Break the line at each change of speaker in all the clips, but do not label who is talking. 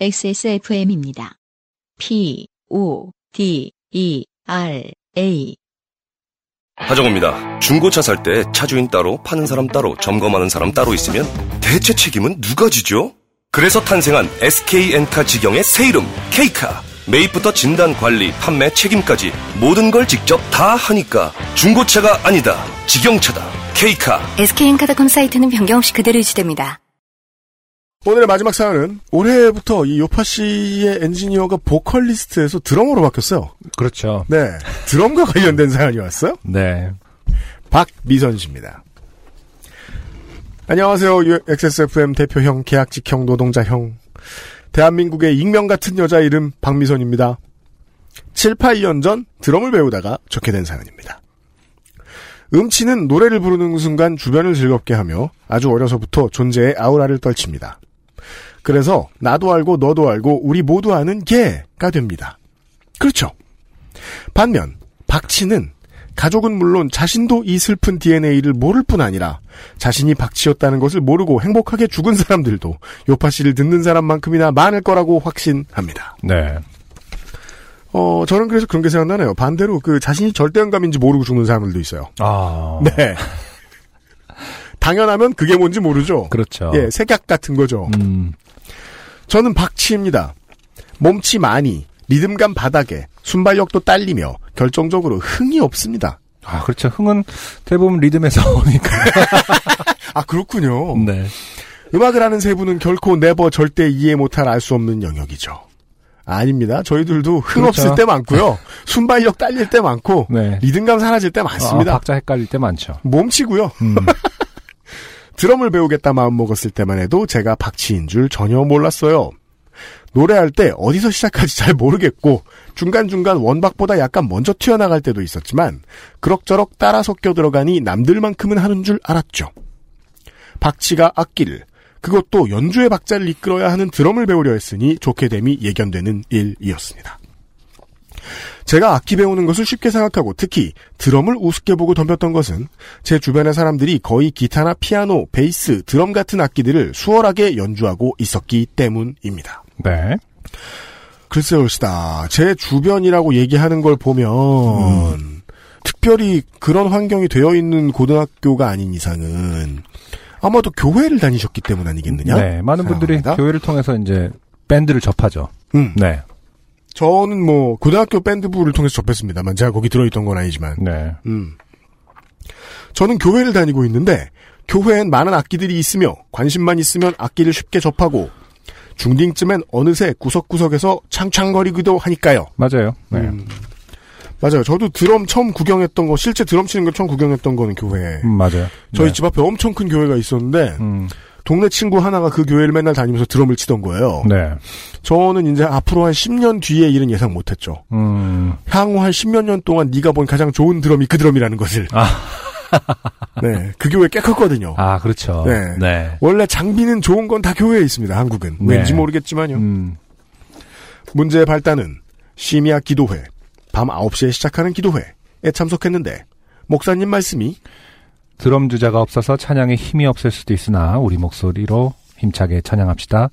XSFM입니다. P, O, D, E, R, A.
하정우입니다. 중고차 살 때 차주인 따로 파는 사람 따로 점검하는 사람 따로 있으면 대체 책임은 누가 지죠? 그래서 탄생한 SK엔카 직영의 새 이름 K카. 매입부터 진단 관리, 판매, 책임까지 모든 걸 직접 다 하니까 중고차가 아니다. 직영차다. K카.
SK엔카닷컴 사이트는 변경 없이 그대로 유지됩니다.
오늘의 마지막 사연은 올해부터 이 요파 씨의 엔지니어가 보컬리스트에서 드럼으로 바뀌었어요.
그렇죠.
네. 드럼과 관련된 사연이 왔어요.
네.
박미선 씨입니다. 안녕하세요. 유- XSFM 대표형, 계약직형, 노동자형. 대한민국의 익명 같은 여자 이름 박미선입니다. 7, 8년 전 드럼을 배우다가 적게 된 사연입니다. 음치는 노래를 부르는 순간 주변을 즐겁게 하며 아주 어려서부터 존재의 아우라를 떨칩니다. 그래서 나도 알고 너도 알고 우리 모두 아는 개가 됩니다. 그렇죠. 반면 박치는 가족은 물론 자신도 이 슬픈 DNA를 모를 뿐 아니라 자신이 박치였다는 것을 모르고 행복하게 죽은 사람들도 요파 씨를 듣는 사람만큼이나 많을 거라고 확신합니다.
네.
어, 저는 그래서 그런 게 생각나네요. 반대로 그 자신이 절대음감인지 모르고 죽는 사람들도 있어요.
아.
네. 당연하면 그게 뭔지 모르죠.
그렇죠.
예, 색약 같은 거죠.
음.
저는 박치입니다. 몸치 많이, 리듬감 바닥에, 순발력도 딸리며 결정적으로 흥이 없습니다.
아, 그렇죠. 흥은 대부분 리듬에서 오니까.
아, 그렇군요.
네.
음악을 하는 세 분은 결코 네버 절대 이해 못할 알 수 없는 영역이죠. 아닙니다. 저희들도 흥
그렇죠.
없을 때 많고요. 순발력 딸릴 때 많고
네.
리듬감 사라질 때
아,
많습니다.
박자 헷갈릴 때 많죠.
몸치고요.
음.
드럼을 배우겠다 마음 먹었을 때만 해도 제가 박치인 줄 전혀 몰랐어요. 노래할 때 어디서 시작할지 잘 모르겠고 중간중간 원박보다 약간 먼저 튀어나갈 때도 있었지만 그럭저럭 따라 섞여 들어가니 남들만큼은 하는 줄 알았죠. 박치가 악기를 그것도 연주의 박자를 이끌어야 하는 드럼을 배우려 했으니 좋게 됨이 예견되는 일이었습니다. 제가 악기 배우는 것을 쉽게 생각하고 특히 드럼을 우습게 보고 덤볐던 것은 제 주변의 사람들이 거의 기타나 피아노, 베이스, 드럼 같은 악기들을 수월하게 연주하고 있었기 때문입니다.
네.
글쎄요, 시다. 제 주변이라고 얘기하는 걸 보면, 특별히 그런 환경이 되어 있는 고등학교가 아닌 이상은, 아마도 교회를 다니셨기 때문 아니겠느냐?
네. 많은 분들이
생각합니다.
교회를 통해서 이제 밴드를 접하죠.
음.
네.
저는 뭐, 고등학교 밴드부를 통해서 접했습니다만, 제가 거기 들어있던 건 아니지만,
네.
음. 저는 교회를 다니고 있는데 교회엔 많은 악기들이 있으며 관심만 있으면 악기를 쉽게 접하고 중딩쯤엔 어느새 구석구석에서 창창거리기도 하니까요.
맞아요. 네.
맞아요. 저도 드럼 처음 구경했던 거 실제 드럼 치는 걸 처음 구경했던 거는 교회.
음, 맞아요.
저희
네.
집 앞에 엄청 큰 교회가 있었는데
음.
동네 친구 하나가 그 교회를 맨날 다니면서 드럼을 치던 거예요.
네.
저는 이제 앞으로 한 10년 뒤의 일은 예상 못했죠.
음.
향후 한 십몇 년 동안 네가 본 가장 좋은 드럼이 그 드럼이라는 것을. 네, 그 교회 꽤 컸거든요.
아, 그렇죠.
네.
네.
원래 장비는 좋은 건 다 교회에 있습니다. 한국은
네.
왠지 모르겠지만요.
음.
문제의 발단은 심야 기도회 밤 9시에 시작하는 기도회에 참석했는데 목사님 말씀이
드럼 주자가 없어서 찬양에 힘이 없을 수도 있으나 우리 목소리로 힘차게 찬양합시다.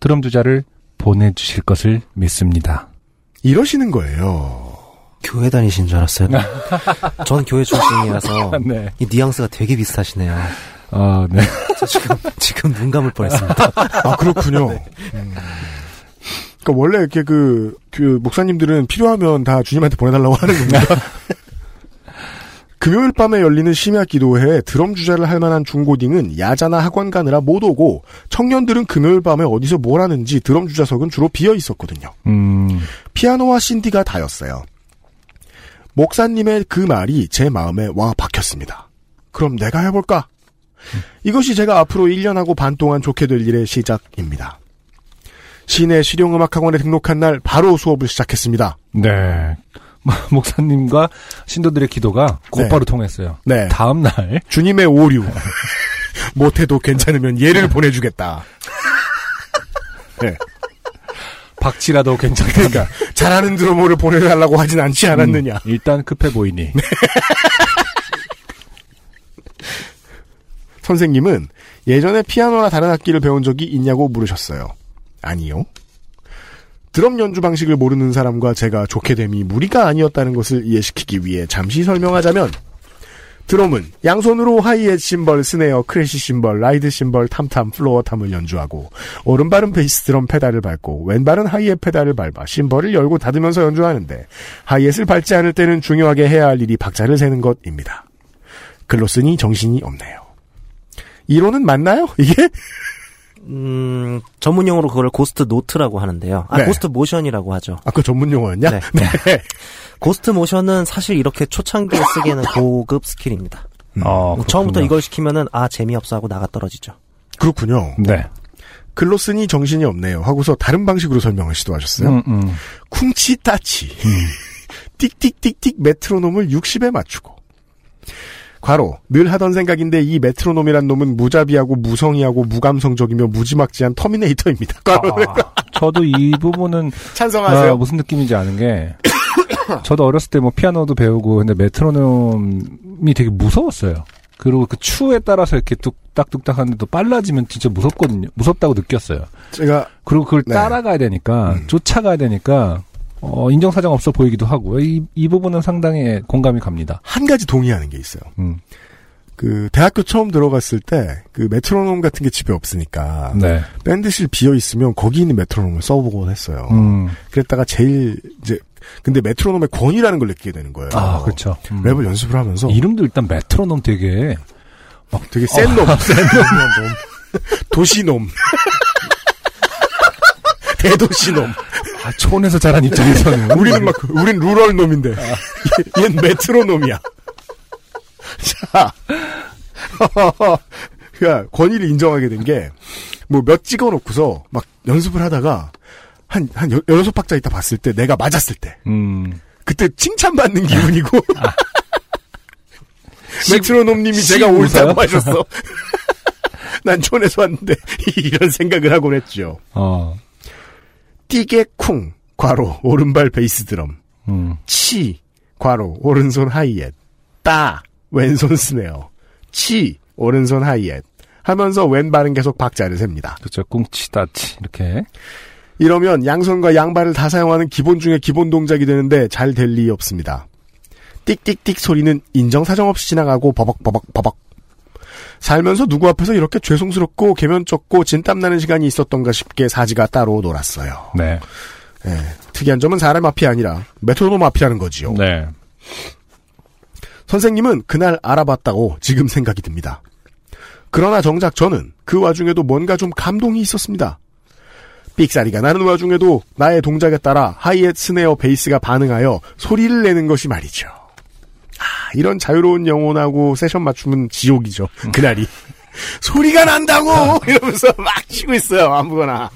드럼 주자를 보내주실 것을 믿습니다.
이러시는 거예요.
교회 다니신 줄 알았어요. 전 교회 출신이라서
네.
이 뉘앙스가 되게 비슷하시네요.
아, 네.
저 지금 지금 눈 감을 뻔했습니다.
아 그렇군요. 음. 그러니까 원래 이렇게 그, 그 목사님들은 필요하면 다 주님한테 보내달라고 하는 겁니다. 금요일 밤에 열리는 심야 기도회에 드럼 주자를 할 만한 중고딩은 야자나 학원 가느라 못 오고 청년들은 금요일 밤에 어디서 뭘 하는지 드럼 주자석은 주로 비어 있었거든요.
음,
피아노와 신디가 다였어요. 목사님의 그 말이 제 마음에 와 박혔습니다. 그럼 내가 해볼까? 이것이 제가 앞으로 1년하고 반 동안 좋게 될 일의 시작입니다. 시내 실용음악학원에 등록한 날 바로 수업을 시작했습니다.
네. 목사님과 신도들의 기도가 곧바로 통했어요.
네.
다음날,
주님의 오류. 못해도 괜찮으면 얘를 보내주겠다. 네.
박치라도 괜찮다.
그러니까 잘하는 드러머를 보내달라고 하진 않지 않았느냐.
음, 일단 급해 보이니.
선생님은 예전에 피아노나 다른 악기를 배운 적이 있냐고 물으셨어요. 아니요. 드럼 연주 방식을 모르는 사람과 제가 좋게 됨이 무리가 아니었다는 것을 이해시키기 위해 잠시 설명하자면 드럼은 양손으로 하이햇 심벌, 스네어, 크래시 심벌, 라이드 심벌, 탐탐, 플로어 탐을 연주하고 오른발은 베이스 드럼 페달을 밟고 왼발은 하이햇 페달을 밟아 심벌을 열고 닫으면서 연주하는데 하이햇을 밟지 않을 때는 중요하게 해야 할 일이 박자를 세는 것입니다. 글로 쓰니 정신이 없네요. 이론은 맞나요? 이게?
음, 전문용어로 그걸 고스트 노트라고 하는데요. 아,
네.
고스트 모션이라고 하죠.
아까 전문 용어였냐?
네. 고스트 모션은 사실 이렇게 초창기에 쓰기에는 고급 스킬입니다.
어,
처음부터
그렇군요.
이걸 시키면은 아 재미없어 하고 나가 떨어지죠.
그렇군요.
네.
글로 쓰니 정신이 없네요. 하고서 다른 방식으로 설명을 시도하셨어요.
음, 음.
쿵치 따치. 띡띡띡띡 메트로놈을 60에 맞추고. 과로 늘 하던 생각인데 이 메트로놈이란 놈은 무자비하고 무성의하고 무감성적이며 무지막지한 터미네이터입니다. 과로
아, 저도 이 부분은
찬성하세요.
아, 무슨 느낌인지 아는 게 저도 어렸을 때 뭐 피아노도 배우고 근데 메트로놈이 되게 무서웠어요. 그리고 그 추에 따라서 이렇게 뚝딱뚝딱 하는데 또 빨라지면 진짜 무섭거든요. 무섭다고 느꼈어요.
제가
그리고 그걸
네.
따라가야 되니까 쫓아가야 되니까 어, 인정사정 없어 보이기도 하고 이, 이 부분은 상당히 공감이 갑니다.
한 가지 동의하는 게 있어요.
음.
그 대학교 처음 들어갔을 때 그 메트로놈 같은 게 집에 없으니까
네.
밴드실 비어 있으면 거기 있는 메트로놈을 써보곤 했어요.
음.
그랬다가 제일 이제 근데 메트로놈의 권위라는 걸 느끼게 되는 거예요.
아 그렇죠. 음.
랩을 연습을 하면서
이름도 일단 메트로놈 되게
되게 센 놈, 어, 센 놈, 도시놈, 대도시놈.
아, 초원에서 자란 입장에서는
우리는 막 우린 루럴 놈인데 얘- 얘는 메트로 놈이야. 아. 자, 야 그러니까 권위를 인정하게 된 게 뭐 몇 찍어놓고서 막 연습을 하다가 한 한 여섯 박자 있다 봤을 때 내가 맞았을 때
음.
그때 칭찬받는 기분이고.
아.
메트로놈님이 제가
씩
옳다고
웃어요?
하셨어. 난 촌에서 왔는데 이런 생각을 하곤 했죠.
어.
띠게 쿵 과로 오른발 베이스 드럼
음.
치 과로 오른손 하이햇 따 왼손 스네어 치 오른손 하이햇 하면서 왼발은 계속 박자를 셉니다.
그렇죠. 꿍치다치 이렇게.
이러면 양손과 양발을 다 사용하는 기본 중에 기본 동작이 되는데 잘 될 리 없습니다. 띡띡띡 소리는 인정사정 없이 지나가고 버벅버벅 버벅. 살면서 누구 앞에서 이렇게 죄송스럽고 개면쩍고 진땀나는 시간이 있었던가 싶게 사지가 따로 놀았어요.
네.
특이한 점은 사람 앞이 아니라 메트로놈 앞이라는 거지요.
네.
선생님은 그날 알아봤다고 지금 생각이 듭니다. 그러나 정작 저는 그 와중에도 뭔가 좀 감동이 있었습니다. 삑사리가 나는 와중에도 나의 동작에 따라 하이햇 스네어 베이스가 반응하여 소리를 내는 것이 말이죠. 아, 이런 자유로운 영혼하고 세션 맞춤은 지옥이죠. 그날이. 소리가 난다고! 이러면서 막 치고 있어요. 아무거나.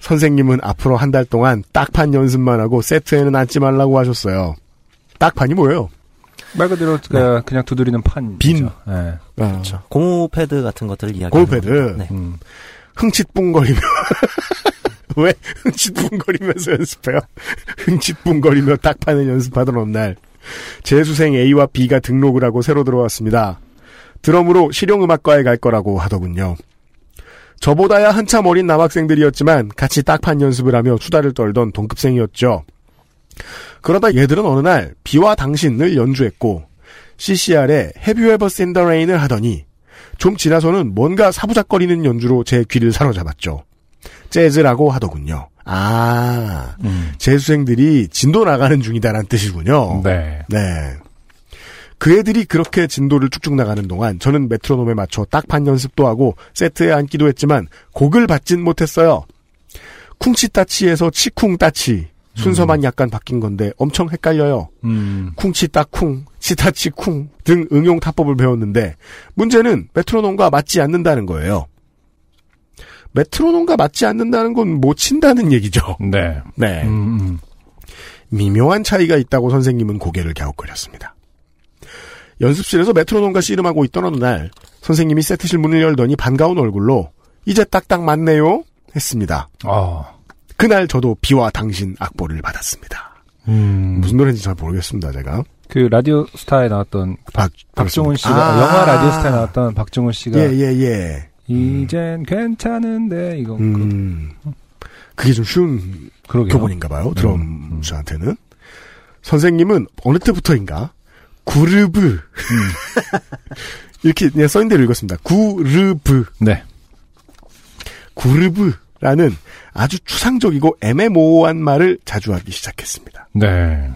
선생님은 앞으로 한 달 동안 딱판 연습만 하고 세트에는 앉지 말라고 하셨어요. 딱판이 뭐예요?
말 그대로 그, 그냥 두드리는 판.
빈.
네.
아,
그렇죠. 고무 패드 같은 것들을 이야기.
고무 패드.
네.
음.
흥칫뿡거리며 왜 흥칫뿡거리면서 연습해요? 흥칫뿡거리며 딱판을 연습하던 어느 날 재수생 A와 B가 등록을 하고 새로 들어왔습니다. 드럼으로 실용음악과에 갈 거라고 하더군요. 저보다야 한참 어린 남학생들이었지만 같이 딱판 연습을 하며 수다를 떨던 동급생이었죠. 그러다 얘들은 어느 날 비와 당신을 연주했고 CCR에 Have You Ever Seen the Rain을 하더니 좀 지나서는 뭔가 사부작거리는 연주로 제 귀를 사로잡았죠. 재즈라고 하더군요. 아,
음.
재수생들이 진도 나가는 중이다란 뜻이군요.
네.
네. 그 애들이 그렇게 진도를 쭉쭉 나가는 동안 저는 메트로놈에 맞춰 딱판 연습도 하고 세트에 앉기도 했지만 곡을 받진 못했어요. 쿵치따치에서 치쿵따치 순서만 약간 바뀐 건데 엄청 헷갈려요.
음.
쿵치따쿵, 치타치쿵 등 응용 타법을 배웠는데 문제는 메트로놈과 맞지 않는다는 거예요. 메트로놈과 맞지 않는다는 건 못 친다는 얘기죠.
네.
네.
음, 음.
미묘한 차이가 있다고 선생님은 고개를 갸웃거렸습니다. 연습실에서 메트로놈과 씨름하고 있던 어느 날 선생님이 세트실 문을 열더니 반가운 얼굴로 이제 딱딱 맞네요 했습니다.
어.
그날 저도 비와 당신 악보를 받았습니다.
음.
무슨 노래인지 잘 모르겠습니다, 제가.
그 라디오 스타에 나왔던
박,
박종훈 씨가
아.
영화 라디오 스타에 나왔던 박종훈 씨가
예, 예, 예.
이젠 괜찮은데 이거
음. 그게 좀 쉬운
그러게요. 음.
교본인가 봐요. 드럼수한테는. 선생님은 어느 때부터인가 구르브
음.
이렇게 그냥 써있는 대로 읽었습니다. 구르브
네.
구르브라는 아주 추상적이고 애매모호한 말을 자주 하기 시작했습니다.
네.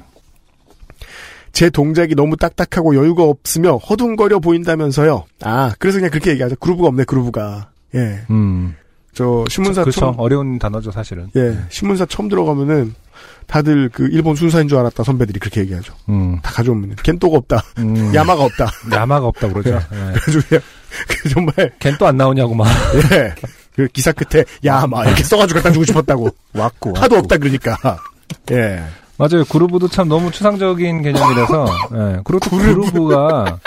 제 동작이 너무 딱딱하고 여유가 없으며 허둥거려 보인다면서요. 아, 그래서 그냥 그렇게 얘기하죠. 그루브가 없네, 그루브가. 예.
음.
저, 신문사
그쵸.
처음,
어려운 단어죠, 사실은.
예. 신문사 처음 들어가면은 다들 그 일본 순사인 줄 알았다 선배들이 그렇게 얘기하죠.
음.
다 가져오면. 겐또가 없다.
음.
예. 야마가 없다.
야마가 없다 그러죠. 예.
그래서 그냥, 그 정말,
걘 또 안 나오냐고 막.
예. 그 기사 끝에 야마 이렇게 써가지고 갖다 주고 싶었다고.
왔고.
하도 없다 그러니까. 예.
맞아요. 그루브도 참 너무 추상적인 개념이라서. 예. 그렇고 그루브가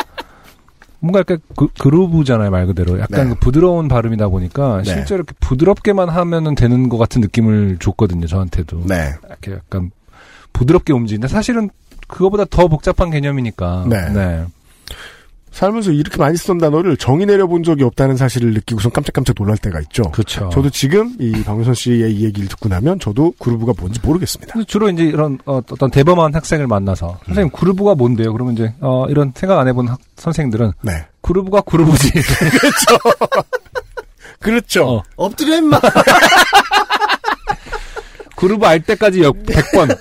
뭔가 이렇게 그, 그루브잖아요, 말 그대로.
네.
약간 그 부드러운 발음이다 보니까
네.
실제로 이렇게 부드럽게만 하면은 되는 것 같은 느낌을 줬거든요, 저한테도.
네.
이렇게 약간 부드럽게 움직인다. 사실은 그거보다 더 복잡한 개념이니까.
네. 살면서 이렇게 많이 쓰던 단어를 정의 내려본 적이 없다는 사실을 느끼고선 깜짝깜짝 놀랄 때가 있죠.
그렇죠.
저도 지금 이 박윤선 씨의 이 얘기를 듣고 나면 저도 그루브가 뭔지 모르겠습니다.
주로 이제 이런 어, 어떤 대범한 학생을 만나서
음.
선생님 그루브가 뭔데요? 그러면 이제 어, 이런 생각 안 해본 학- 선생님들은
네.
그루브가 그루브지.
그렇죠.
어.
엎드려, 임마!
그루브 알 때까지 역 100번.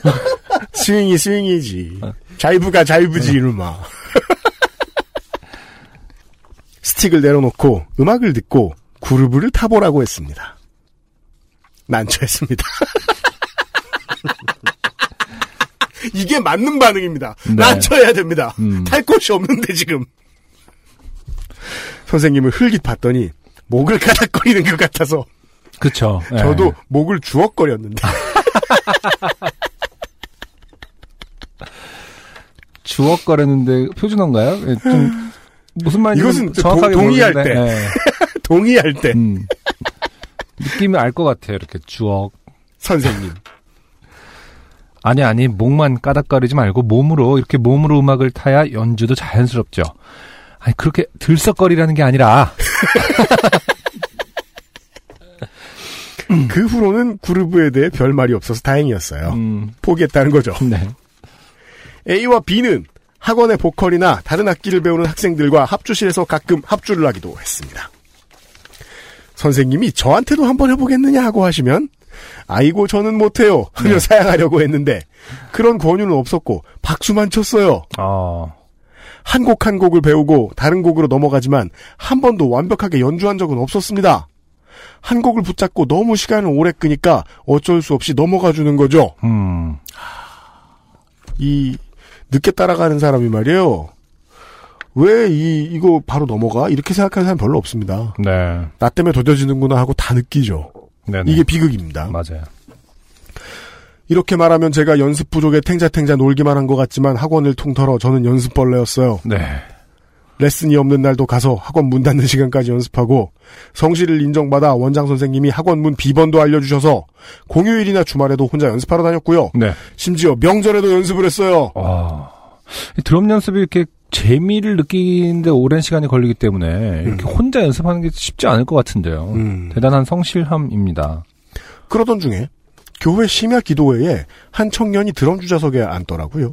스윙이 스윙이지. 자이브가
어.
자이브지, 이놈아. 스틱을 내려놓고 음악을 듣고 그루브를 타보라고 했습니다. 난처했습니다. 이게 맞는 반응입니다.
네.
난처해야 됩니다.
음.
탈 곳이 없는데 지금. 선생님을 흘깃 봤더니 목을 가닥거리는 것 같아서
그쵸. 예.
저도 목을 주걱거렸는데
주걱거렸는데 표준어인가요? 예, 좀 무슨 말인지
이것은 저
정확하게
동- 동의할
모르겠는데,
동의할 때
예. 음. 느낌이 알 것 같아요. 이렇게 주걱.
선생님
아니 아니 목만 까닥거리지 말고 몸으로 이렇게 몸으로 음악을 타야 연주도 자연스럽죠. 아니 그렇게 들썩거리라는 게 아니라
그 후로는 그루브에 대해 별 말이 없어서 다행이었어요.
음,
포기했다는 거죠.
네.
A와 B는 학원의 보컬이나 다른 악기를 배우는 학생들과 합주실에서 가끔 합주를 하기도 했습니다. 선생님이 저한테도 한번 해보겠느냐 하고 하시면 아이고 저는 못해요 하며 사양하려고 했는데 그런 권유는 없었고 박수만 쳤어요.
어,
한 곡 한 곡을 배우고 다른 곡으로 넘어가지만 한 번도 완벽하게 연주한 적은 없었습니다. 한 곡을 붙잡고 너무 시간을 오래 끄니까 어쩔 수 없이 넘어가 주는 거죠.
음,
이 늦게 따라가는 사람이 말이에요. 왜 이 이거 바로 넘어가 이렇게 생각하는 사람 별로 없습니다.
네,
나 때문에 도뎌지는구나 하고 다 느끼죠.
네,
이게 비극입니다.
맞아요.
이렇게 말하면 제가 연습 부족에 탱자탱자 놀기만 한 것 같지만 학원을 통틀어 저는 연습벌레였어요.
네,
레슨이 없는 날도 가서 학원 문 닫는 시간까지 연습하고 성실을 인정받아 원장 선생님이 학원 문 비번도 알려주셔서 공휴일이나 주말에도 혼자 연습하러 다녔고요.
네.
심지어 명절에도 연습을 했어요.
와, 이 드럼 연습이 이렇게 재미를 느끼는데 오랜 시간이 걸리기 때문에 이렇게 혼자 연습하는 게 쉽지 않을 것 같은데요.
음.
대단한 성실함입니다.
그러던 중에 교회 심야 기도회에 한 청년이 드럼 주자석에 앉더라고요.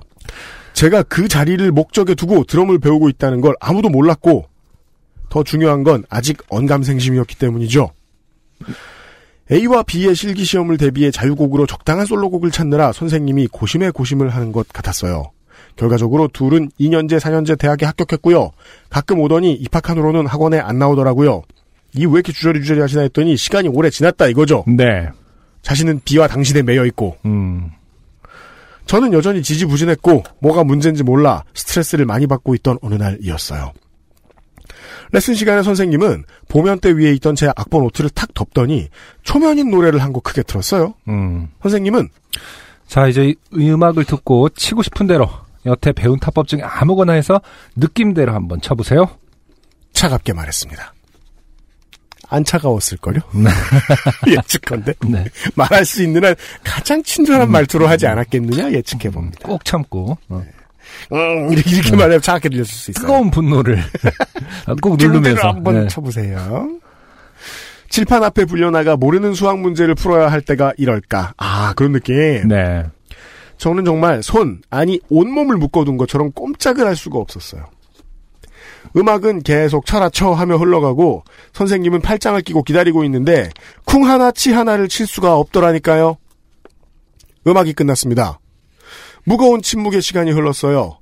제가 그 자리를 목적에 두고 드럼을 배우고 있다는 걸 아무도 몰랐고 더 중요한 건 아직 언감생심이었기 때문이죠. A와 B의 실기 시험을 대비해 자유곡으로 적당한 솔로곡을 찾느라 선생님이 고심에 고심을 하는 것 같았어요. 결과적으로 둘은 2년제, 4년제 대학에 합격했고요. 가끔 오더니 입학한 후로는 학원에 안 나오더라고요. 이 왜 이렇게 주저리 주저리 하시나 했더니 시간이 오래 지났다 이거죠.
네,
자신은 비와 당신에 매여 있고
음,
저는 여전히 지지부진했고 뭐가 문제인지 몰라 스트레스를 많이 받고 있던 어느 날이었어요. 레슨 시간에 선생님은 보면대 위에 있던 제 악보 노트를 탁 덮더니 초면인 노래를 한 곡 크게 틀었어요.
음.
선생님은
자, 이제 이 음악을 듣고 치고 싶은 대로 여태 배운 타법 중에 아무거나 해서 느낌대로 한번 쳐보세요.
차갑게 말했습니다. 안 차가웠을걸요? 예측컨대
네.
말할 수 있는 한 가장 친절한 말투로 하지 않았겠느냐 예측해봅니다. 네,
꼭 참고 어,
음, 이렇게 말하면 차갑게 들렸을 수 있어요.
뜨거운 분노를 꼭
줄
누르면서
한번
네.
쳐보세요. 칠판 앞에 불려나가 모르는 수학 문제를 풀어야 할 때가 이럴까. 아, 그런 느낌.
네.
저는 정말 손, 아니 온몸을 묶어둔 것처럼 꼼짝을 할 수가 없었어요. 음악은 계속 차라쳐 하며 흘러가고 선생님은 팔짱을 끼고 기다리고 있는데 쿵 하나 치 하나를 칠 수가 없더라니까요. 음악이 끝났습니다. 무거운 침묵의 시간이 흘렀어요.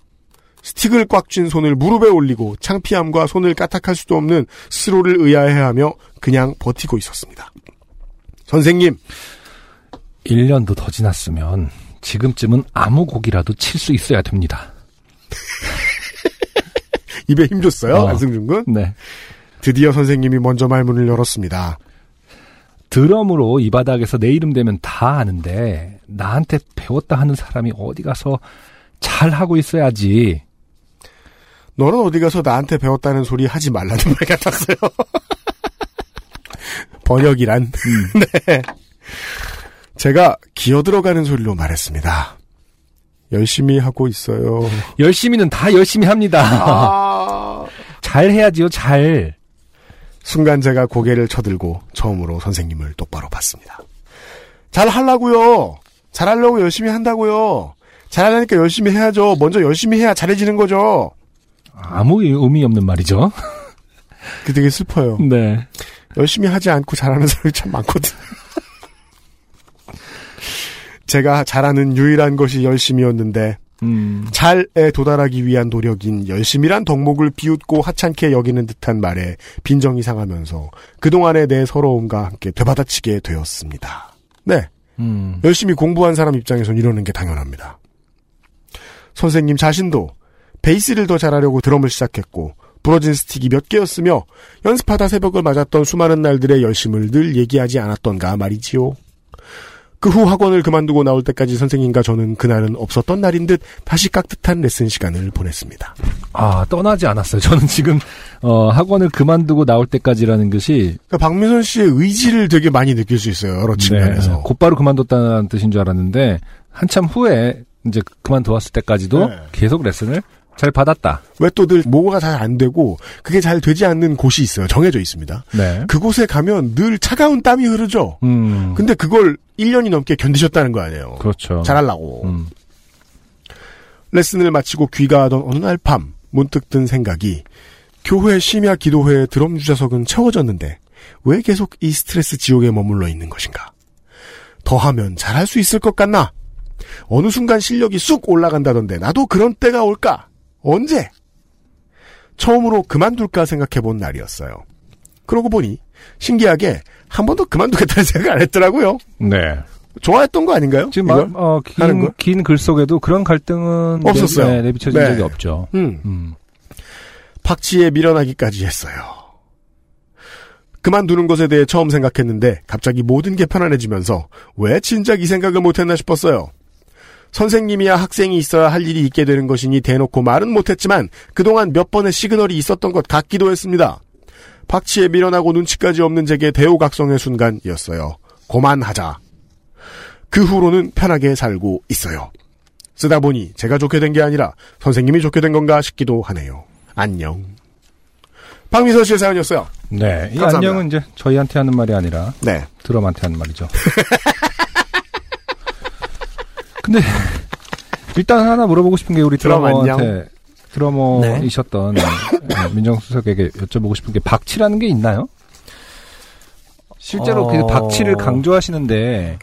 스틱을 꽉 쥔 손을 무릎에 올리고 창피함과 손을 까딱할 수도 없는 스스로를 의아해하며 그냥 버티고 있었습니다. 선생님,
1년도 더 지났으면 지금쯤은 아무 곡이라도 칠 수 있어야 됩니다.
입에 힘줬어요.
어.
안승준 군.
네.
드디어 선생님이 먼저 말문을 열었습니다.
드럼으로 이 바닥에서 내 이름 되면 다 아는데 나한테 배웠다 하는 사람이 어디 가서 잘 하고 있어야지.
너는 어디 가서 나한테 배웠다는 소리 하지 말라는 말 같았어요. 번역이란. 네. 제가 기어 들어가는 소리로 말했습니다. 열심히 하고 있어요.
열심히는 다 열심히 합니다.
아.
잘 해야지요, 잘.
순간 제가 고개를 쳐들고 처음으로 선생님을 똑바로 봤습니다. 잘 하려고요. 잘 하려고 열심히 한다고요. 잘 하려니까 열심히 해야죠. 먼저 열심히 해야 잘해지는 거죠.
아무 의미 없는 말이죠.
그 되게 슬퍼요.
네.
열심히 하지 않고 잘하는 사람이 참 많거든. 제가 잘하는 유일한 것이 열심이었는데
음.
잘에 도달하기 위한 노력인 열심이란 덕목을 비웃고 하찮게 여기는 듯한 말에 빈정이 상하면서 그동안의 내 서러움과 함께 되받아치게 되었습니다. 네,
음.
열심히 공부한 사람 입장에선 이러는 게 당연합니다. 선생님 자신도 베이스를 더 잘하려고 드럼을 시작했고 부러진 스틱이 몇 개였으며 연습하다 새벽을 맞았던 수많은 날들의 열심을 늘 얘기하지 않았던가 말이지요. 그 후 학원을 그만두고 나올 때까지 선생님과 저는 그날은 없었던 날인 듯 다시 깍듯한 레슨 시간을 보냈습니다.
아, 떠나지 않았어요. 저는 지금, 어, 학원을 그만두고 나올 때까지라는 것이.
그러니까 박민선 씨의 의지를 되게 많이 느낄 수 있어요. 여러
네.
측면에서.
곧바로 그만뒀다는 뜻인 줄 알았는데, 한참 후에, 이제 그만두었을 때까지도
네.
계속 레슨을 잘 받았다.
왜 또 늘 뭐가 잘 안 되고 그게 잘 되지 않는 곳이 있어요. 정해져 있습니다.
네.
그곳에 가면 늘 차가운 땀이 흐르죠.
음.
근데 그 그걸 1년이 넘게 견디셨다는 거 아니에요.
그렇죠.
잘하려고.
음.
레슨을 마치고 귀가하던 어느 날 밤, 문득 든 생각이 교회 심야 기도회의 드럼 주자석은 채워졌는데 왜 계속 이 스트레스 지옥에 머물러 있는 것인가? 더하면 잘할 수 있을 것 같나? 어느 순간 실력이 쑥 올라간다던데 나도 그런 때가 올까? 언제? 처음으로 그만둘까 생각해본 날이었어요. 그러고 보니 신기하게 한 번도 그만두겠다는 생각 안 했더라고요.
네.
좋아했던 거 아닌가요?
지금
이걸?
말, 어,
하는 거?
긴, 긴 글 속에도 그런 갈등은
없었어요.
내비, 네, 내비쳐진
네.
적이 없죠.
음.
음.
박치에 밀어나기까지 했어요. 그만두는 것에 대해 처음 생각했는데 갑자기 모든 게 편안해지면서 왜 진작 이 생각을 못했나 싶었어요. 선생님이야 학생이 있어야 할 일이 있게 되는 것이니 대놓고 말은 못했지만 그동안 몇 번의 시그널이 있었던 것 같기도 했습니다. 박치에 밀어나고 눈치까지 없는 제게 대우각성의 순간이었어요. 고만하자. 그 후로는 편하게 살고 있어요. 쓰다 보니 제가 좋게 된 게 아니라 선생님이 좋게 된 건가 싶기도 하네요. 안녕. 박민선 씨의 사연이었어요.
네. 이
감사합니다.
안녕은 이제 저희한테 하는 말이 아니라
네.
드럼한테 하는 말이죠. 근데 일단 하나 물어보고 싶은 게 우리
드럼
드러머한테 드러머이셨던 어, 민정수석에게 여쭤보고 싶은 게 박치라는 게 있나요? 실제로 그
어.
박치를 강조하시는데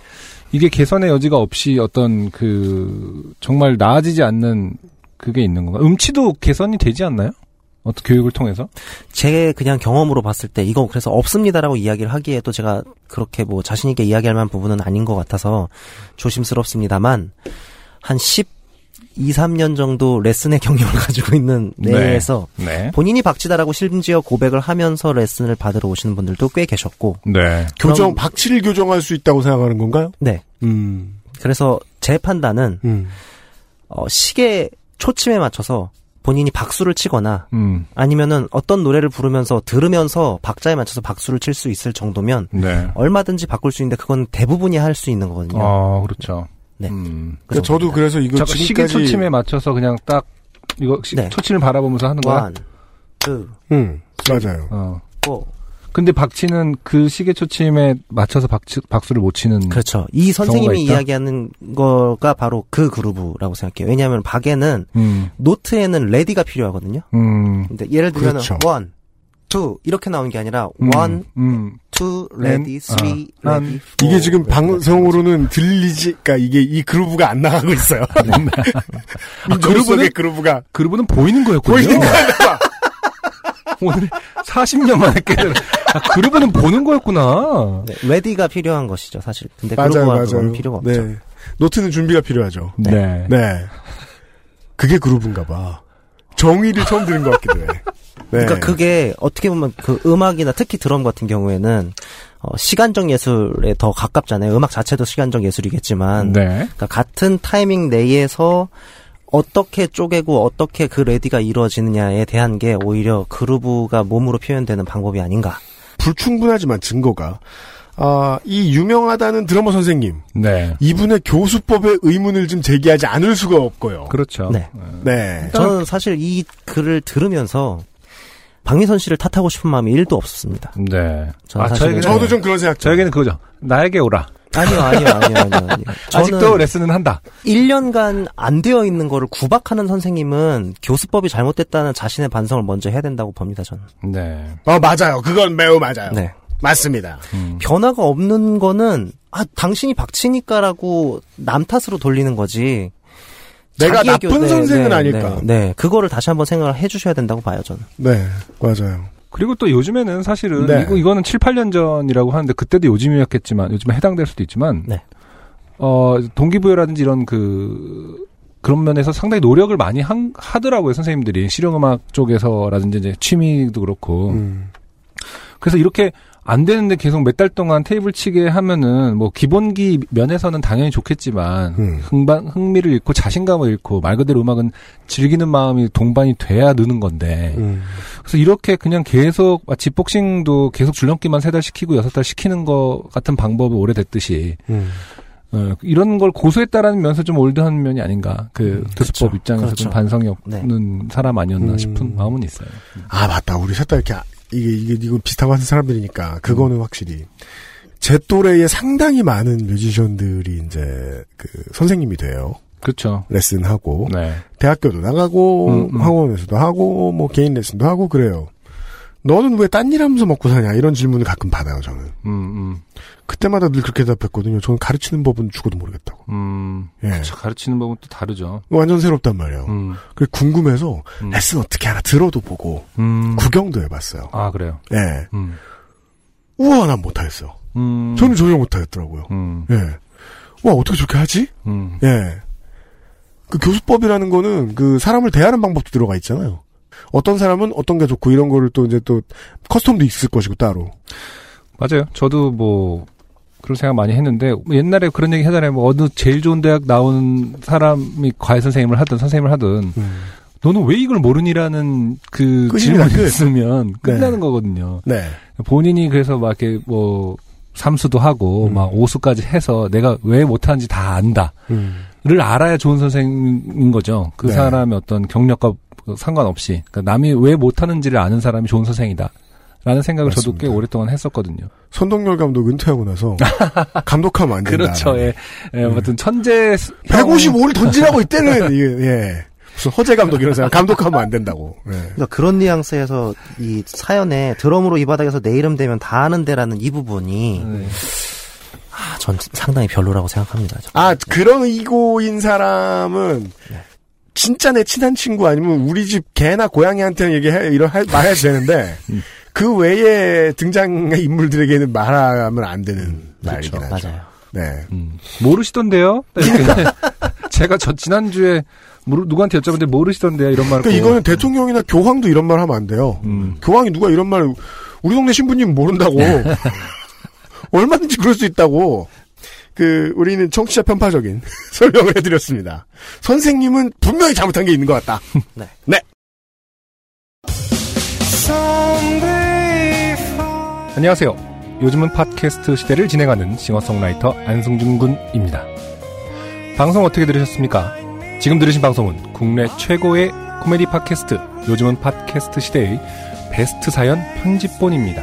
이게 개선의 여지가 없이 어떤 그 정말 나아지지 않는 그게 있는 건가? 음치도 개선이 되지 않나요? 어떤 교육을 통해서?
제 그냥 경험으로 봤을 때 이거 그래서 없습니다라고 이야기를 하기에도 제가 그렇게 뭐 자신 있게 이야기할 만한 부분은 아닌 것 같아서 조심스럽습니다만 한 12, 3년 정도 레슨의 경력을 가지고 있는 내에서
네.
본인이 박치다라고 심지어 고백을 하면서 레슨을 받으러 오시는 분들도 꽤 계셨고
네.
교정
그럼-
박치를 교정할 수 있다고 생각하는 건가요?
네
음.
그래서 제 판단은
음.
어, 시계 초침에 맞춰서 본인이 박수를 치거나
음.
아니면은 어떤 노래를 부르면서 들으면서 박자에 맞춰서 박수를 칠 수 있을 정도면
네.
얼마든지 바꿀 수 있는데 그건 대부분이 할 수 있는 거거든요.
아, 그렇죠.
네.
음.
그러니까
그
저도
정도입니다.
그래서 이거
잠깐 시계
지금까지
초침에 맞춰 맞춰서 그냥 딱 이거 시,
네.
초침을 바라보면서 하는 거야.
One, two,
음. 맞아요.
어.
four.
근데 박치는 그 시계 초침에 맞춰서 박치, 박수를 못
음.
치는
그렇죠. 이 선생님이
있다?
이야기하는 거가 바로 그 그루브라고 생각해요. 왜냐하면 박에는
음.
노트에는 레디가 필요하거든요.
음.
근데 예를 들면 은
그렇죠.
원, 투 이렇게 나오는 게 아니라
음,
원,
음.
투, 레디,
음,
쓰리,
아, 난-
레디, 포.
이게 지금 방송으로는 들리지, 그러니까 이게 이 그루브가 안 나가고 있어요. 이 그루브의
아, 그루브는-
그루브가
그루브는 보이는 거였군요.
보이는
오늘 40년 만에 깨달은. 아, 그루브는 보는 거였구나.
네, 레디가 필요한 것이죠, 사실. 근데
맞아요,
그루브와
맞아요.
그건 필요가 없죠.
네. 노트는 준비가 필요하죠.
네.
네. 그게 그루브인가 봐. 정의를 처음 들은 것 같기도 해. 네.
그러니까 그게 어떻게 보면 그 음악이나 특히 드럼 같은 경우에는 어, 시간적 예술에 더 가깝잖아요. 음악 자체도 시간적 예술이겠지만
네.
그러니까 같은 타이밍 내에서 어떻게 쪼개고 어떻게 그 레디가 이루어지느냐에 대한 게 오히려 그루브가 몸으로 표현되는 방법이 아닌가.
불충분하지만 증거가 아, 이 유명하다는 드러머 선생님
네.
이분의 교수법의 의문을 좀 제기하지 않을 수가 없고요.
그렇죠.
네.
네.
저는 사실 이 글을 들으면서 박미선 씨를 탓하고 싶은 마음이 1도 없었습니다.
네.
저는 사실은-
저에게는-
그러니까 저도 좀 그런 생각.
저에게는 그거죠. 나에게 오라.
아니요, 아니요, 아니요, 아니요. 아니요.
아직도 레슨은 한다.
1년간 안 되어 있는 거를 구박하는 선생님은 교수법이 잘못됐다는 자신의 반성을 먼저 해야 된다고 봅니다, 저는.
네.
어 맞아요. 그건 매우 맞아요.
네.
맞습니다.
음.
변화가 없는 거는, 아, 당신이 박치니까라고 남 탓으로 돌리는 거지.
내가
자기의
나쁜 선생은 아닐까.
네, 네. 그거를 다시 한번 생각을 해주셔야 된다고 봐요, 저는.
네, 맞아요.
그리고 또 요즘에는 사실은
네.
이거 이거는 7, 8년 전이라고 하는데 그때도 요즘이었겠지만 요즘에 해당될 수도 있지만
네.
어 동기부여라든지 이런 그 그런 면에서 상당히 노력을 많이 한, 하더라고요 선생님들이 실용음악 쪽에서라든지 이제 취미도 그렇고
음.
그래서 이렇게 안 되는데 계속 몇 달 동안 테이블 치게 하면은 뭐 기본기 면에서는 당연히 좋겠지만
음.
흥반 흥미를 잃고 자신감을 잃고 말 그대로 음악은 즐기는 마음이 동반이 돼야 느는 건데
음.
그래서 이렇게 그냥 계속 마치 복싱도 계속 줄넘기만 세 달 시키고 여섯 달 시키는 것 같은 방법이 오래됐듯이
음.
어, 이런 걸 고수했다라는 면에서 좀 올드한 면이 아닌가 그 교수법 입장에서
그렇죠.
좀 반성이 없는 사람 아니었나
음.
싶은 마음은 있어요.
아 맞다. 우리 셋 다 이렇게 아- 이게 이게 이거 비슷하고 하는 사람들이니까 그거는 확실히 제 또래에 상당히 많은 뮤지션들이 이제 그 선생님이 돼요.
그렇죠.
레슨하고
네.
대학교도 나가고
음, 음.
학원에서도 하고 뭐 개인 레슨도 하고 그래요. 너는 왜 딴 일 하면서 먹고 사냐 이런 질문을 가끔 받아요 저는.
음, 음,
그때마다 늘 그렇게 대답했거든요. 저는 가르치는 법은 죽어도 모르겠다고.
음.
예.
그쵸, 가르치는 법은 또 다르죠.
완전 새롭단 말이에요.
음,
그래 궁금해서
음.
레슨 어떻게 하나 들어도 보고
음.
구경도 해봤어요.
아 그래요.
예.
음,
우와 난 못하겠어요.
음.
저는 전혀 못하겠더라고요.
음,
예. 와 어떻게 저렇게 하지?
음.
예. 그 교수법이라는 거는 그 사람을 대하는 방법도 들어가 있잖아요. 어떤 사람은 어떤 게 좋고 이런 거를 또 이제 또 커스텀도 있을 것이고 따로.
맞아요. 저도 뭐 그런 생각 많이 했는데 옛날에 그런 얘기 하잖아요. 뭐 어느 제일 좋은 대학 나온 사람이 과외 선생님을 하든 선생님을 하든
음.
너는 왜 이걸 모르니라는 그
끝입니다,
질문이
끝.
있으면 끝나는 거거든요.
네.
본인이 그래서 막 이렇게 뭐 삼수도 하고
음.
막 오수까지 해서 내가 왜 못하는지 다 안다.
음.
를 알아야 좋은 선생인 거죠. 그
네.
사람의 어떤 경력과 상관없이 그러니까 남이 왜 못하는지를 아는 사람이 좋은 선생이다. 라는 생각을 저도 꽤
맞습니다.
오랫동안 했었거든요.
선동열 감독 은퇴하고 나서 감독하면 안 된다.
그렇죠. 예. 예, 아무튼 천재
155를 던지라고 이때는 이게, 예. 무슨 허재 감독 이런 사람 감독하면 안 된다고. 예.
그러니까 그런 뉘앙스에서 이 사연에 드럼으로 이 바닥에서 내 이름 되면 다 아는데라는 이 부분이
음.
네.
아, 전 상당히 별로라고 생각합니다. 저.
아 그런 이고인 사람은 진짜 내 친한 친구 아니면 우리 집 개나 고양이한테는 얘기해 이런 할- 말해도 되는데
음.
그 외에 등장의 인물들에게는 말하면 안 되는 말이긴 하죠.
음, 맞아요.
네.
음, 모르시던데요. 이렇게. 제가 저 지난주에 모르- 누구한테 여쭤봤는데 모르시던데요. 이런 말을.
그러니까
꼭.
이거는 대통령이나 교황도 이런 말 하면 안 돼요.
음.
교황이 누가 이런 말 우리 동네 신부님 모른다고 얼마든지 그럴 수 있다고 그 우리는 청취자 편파적인 설명을 해드렸습니다. 선생님은 분명히 잘못한 게 있는 것 같다.
네.
네.
안녕하세요. 요즘은 팟캐스트 시대를 진행하는 싱어송라이터 안승준 군입니다. 방송 어떻게 들으셨습니까? 지금 들으신 방송은 국내 최고의 코미디 팟캐스트 요즘은 팟캐스트 시대의 베스트 사연 편집본입니다.